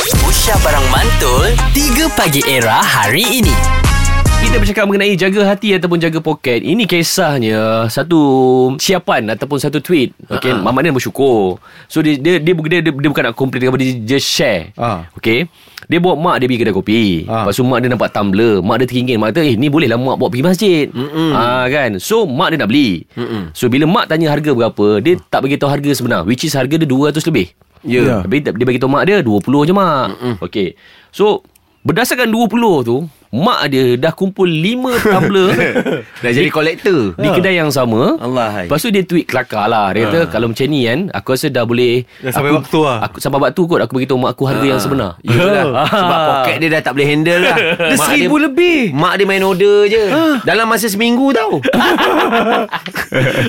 Aisyah Barang Mantul 3 Pagi Era hari ini Kita bercakap mengenai jaga hati ataupun jaga poket. Ini kisahnya satu siapan ataupun satu tweet. Okey, uh-huh. Mamat ni bersyukur. So dia dia dia, dia, dia, dia bukan nak komplain apa dia just share. Ah. Okey. Dia bawa mak dia pergi kedai kopi. Ah. Lepas tu mak dia nampak tumbler, mak dia teringin. Mak kata, "Eh, ni bolehlah mak bawa pergi masjid." Ah kan. So mak dia nak beli. Mm-mm. So bila mak tanya harga berapa, dia tak bagi tahu harga sebenar, which is harga dia 200 lebih. Ya. Yeah. Tapi dia bagi tahu mak dia 20 je mak. Okey. So berdasarkan 20 tu mak dia dah kumpul 5 tumbler Dah jadi kolektor di kedai yang sama. Ha. Allah, hai. Lepas tu dia tweet kelakar lah. Dia kata kalau macam ni kan aku rasa dah boleh Dah Ha. sampai aku, waktu lah. Aku sampai waktu kot aku beritahu mak aku harga Ha. yang sebenar. Yelah Sebab poket dia dah tak boleh handle lah Dia seribu Ha. lebih Mak dia main order je Dalam masa seminggu tau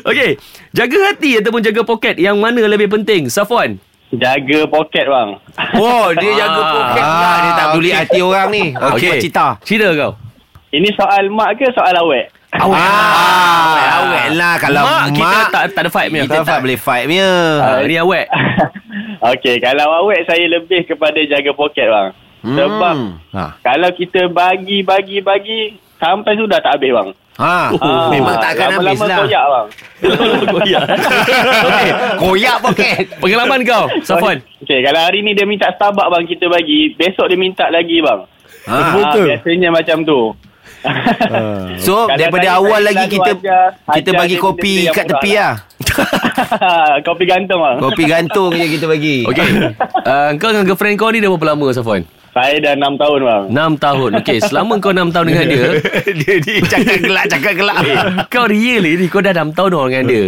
Okey, jaga hati ataupun jaga poket yang mana lebih penting? Safwan. Jaga poket bang. Wow Oh, Ah. dia jaga poket pula Dia tak peduli hati orang ni Okey. Okey Cita Cerita kau. Ini soal mak ke soal awek? Awet Awet Awet lah Kalau mak Ah. kita tak tak ada fight punya. Kita tak boleh fight punya Ha. Ah, ni awet. Okey, kalau awek saya lebih kepada jaga poket bang. Hmm. Sebab Ha. kalau kita bagi bagi bagi sampai sudah tak habis bang. Ah, Ha. Oh. Memang tak akan habis lama-lama lah koyak bang. Okey, Koyak poket pengalaman kau, Safwan. Okey, kalau hari ni dia minta Starbucks bang kita bagi, besok dia minta lagi bang. ha. Ah, biasanya macam tu. Ah. So Kalau daripada saya- awal saya lagi selalu kita ajar- Kita ajar bagi dia kopi benda-benda yang kat murah tepi lah. lah Kopi gantung bang. Kopi gantung je kita bagi Okey. Uh, kau dengan girlfriend kau ni dah berapa lama, Safwan? Saya dah 6 tahun bang. 6 tahun. Okey, selama kau 6 tahun dengan dia, dia ni cakap gelak cakap gelak. kau real ni kau dah 6 tahun orang dengan dia.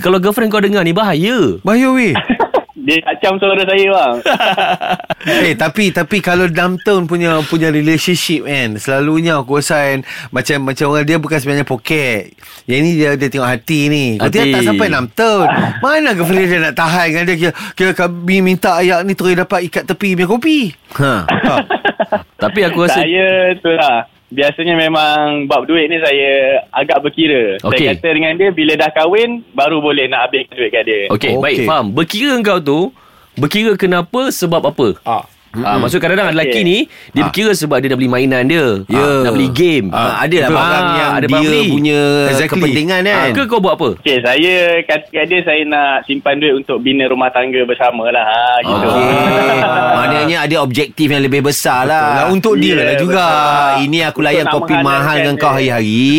Kalau girlfriend kau dengar ni bahaya. Bahaya weh Dia acam suara saya bang. Eh tapi Tapi kalau 6 tahun punya Punya relationship kan Selalunya aku rasa kan Macam macam orang dia Bukan sebenarnya poket Yang ni dia, dia tengok hati ni Kau dia Hati. tak sampai 6 tahun Mana ke Feli dia nak tahan kan dia Kira, kira kami minta ayak ni Terus dapat ikat tepi punya kopi Ha. ha. Tapi aku rasa Saya tu lah Biasanya memang bab duit ni saya agak berkira. Okey. Saya kata dengan dia bila dah kahwin baru boleh nak habis duit kat dia. Okey, okay. Okey. baik faham. Berkira kau tu Berkira kenapa sebab apa? Ah. Ha. Ah, maksud kadang-kadang okay. lelaki Okey. ni dia berkira sebab dia nak beli mainan dia. Ah. Ya. Ah, Nak beli game. Ha, ada lah Betul. barang Ah, yang ada dia barang beli. punya Exactly. kepentingan Ah, kan. ke kau buat apa? Okey, saya kata kat dia saya nak simpan duit untuk bina rumah tangga bersama lah. Ha, gitu. Okey. Maknanya ada objektif yang lebih besar lah. Ah. Lah, untuk dia Ya, lah betul. juga Ah, ini aku Untuk layan nak kopi menghalalkan mahal dengan kau dia. hari-hari.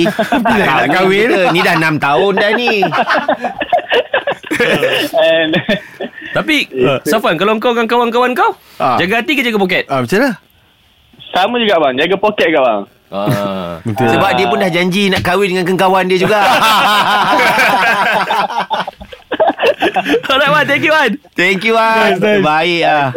Bila nak kahwin? Ni dah 6 tahun dah ni. And, Tapi Safwan, kalau kau dengan kawan-kawan kau, Ah. jaga hati ke jaga poket? ha, Macam mana? sama juga bang, jaga poket ke bang. Ah. Sebab dia pun dah janji nak kahwin dengan kawan dia juga. Alright, Wan. Thank you, Wan. Thank you ah. Baik ah.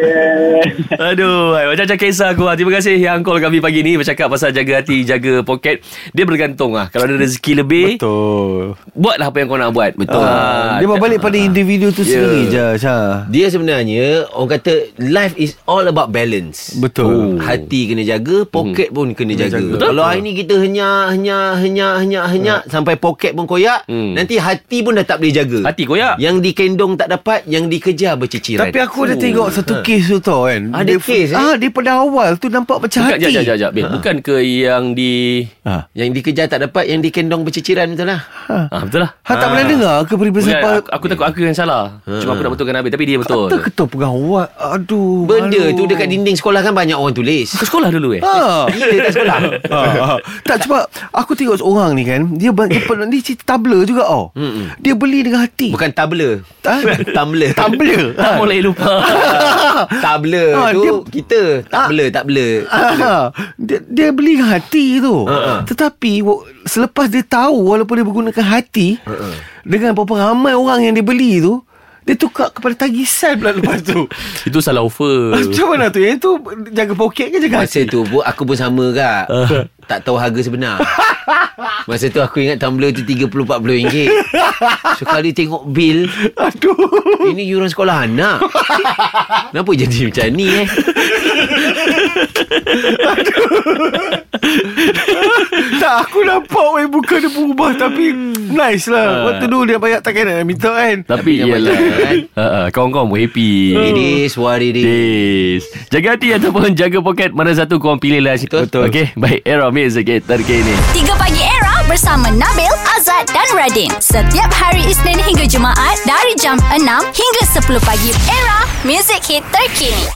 Aduh, ay, macam-macam kisah aku. ah. Terima kasih yang call kami pagi ni bercakap pasal jaga hati, jaga poket. Dia bergantung ah. Kalau ada rezeki lebih, Betul. Betul buatlah apa yang kau nak buat. Betul. Ah, Dia balik pada individu tu Ya. sendiri je Syah Dia sebenarnya orang kata life is all about balance. Betul. Oh. Hati kena jaga, poket hmm. pun kena jaga. jaga. Betul? Kalau hari ni kita henyak henyak henyak henyak henyak hmm. sampai poket pun koyak, Hmm. hmm. nanti hati pun dah tak boleh jaga. Hati koyak. Yang dikendong tak dapat, yang dikejar berciciran. Tapi aku ada tengok satu kes tu tau kan Ha. Ada Dia- kes, eh? Ah, Dia pada awal tu nampak macam Bukan, hati jap, jap, jap, jap. Bukan ke yang di... Ha. yang dikejar tak dapat, yang dikendong berciciran betul lah. Ah, betul lah. Ha, tak pernah dengar ke Bukan, peribahasa aku, aku takut aku yang salah. Cuma aku nak betulkan habis. Tapi dia betul. Tak ketua pegawai Aduh Benda malu. tu dekat dinding sekolah kan banyak orang tulis. Ke sekolah dulu eh? ha. Gila kat sekolah. ha, ha. Tak sebab Aku tengok seorang ni kan Dia ba- dia, pernah Dia cerita tabla juga tau Dia beli dengan hati Bukan tabla. ha? Tumblr. Tabla Tak boleh lupa. Tabla Ah, tu dia- kita. Tabla, tabla. Ah, dia, dia beli dengan hati tu Ha, ha. Tetapi wa- Selepas dia tahu Walaupun dia menggunakan hati Dengan berapa ramai orang yang dia beli tu Dia tukar kepada tagisan pula lepas tu Itu salah offer. Macam mana tu Yang tu jaga poket ke jaga Masa hati tu pun aku pun sama kak Tak tahu harga sebenar Masa tu aku ingat tumbler tu RM30-40 ringgit. Sekali tengok bil Aduh Ini yuran sekolah anak Kenapa jadi macam ni eh Tak aku nampak weh muka dia berubah tapi nice lah. What to do dia banyak takkan nak minta kan. Tapi Tapi ialah jangan malas, kan? Ah. Ha, ha, Kawan-kawan pun happy It is what it is. Yes. Jaga hati ataupun jaga poket Mana satu korang pilih lah Betul. Okay Baik Era Music Hater kini 3 Pagi Era bersama Nabil, Azad dan Radin. Setiap hari Isnin hingga Jumaat dari jam 6 hingga 10 pagi. Era, music hit terkini.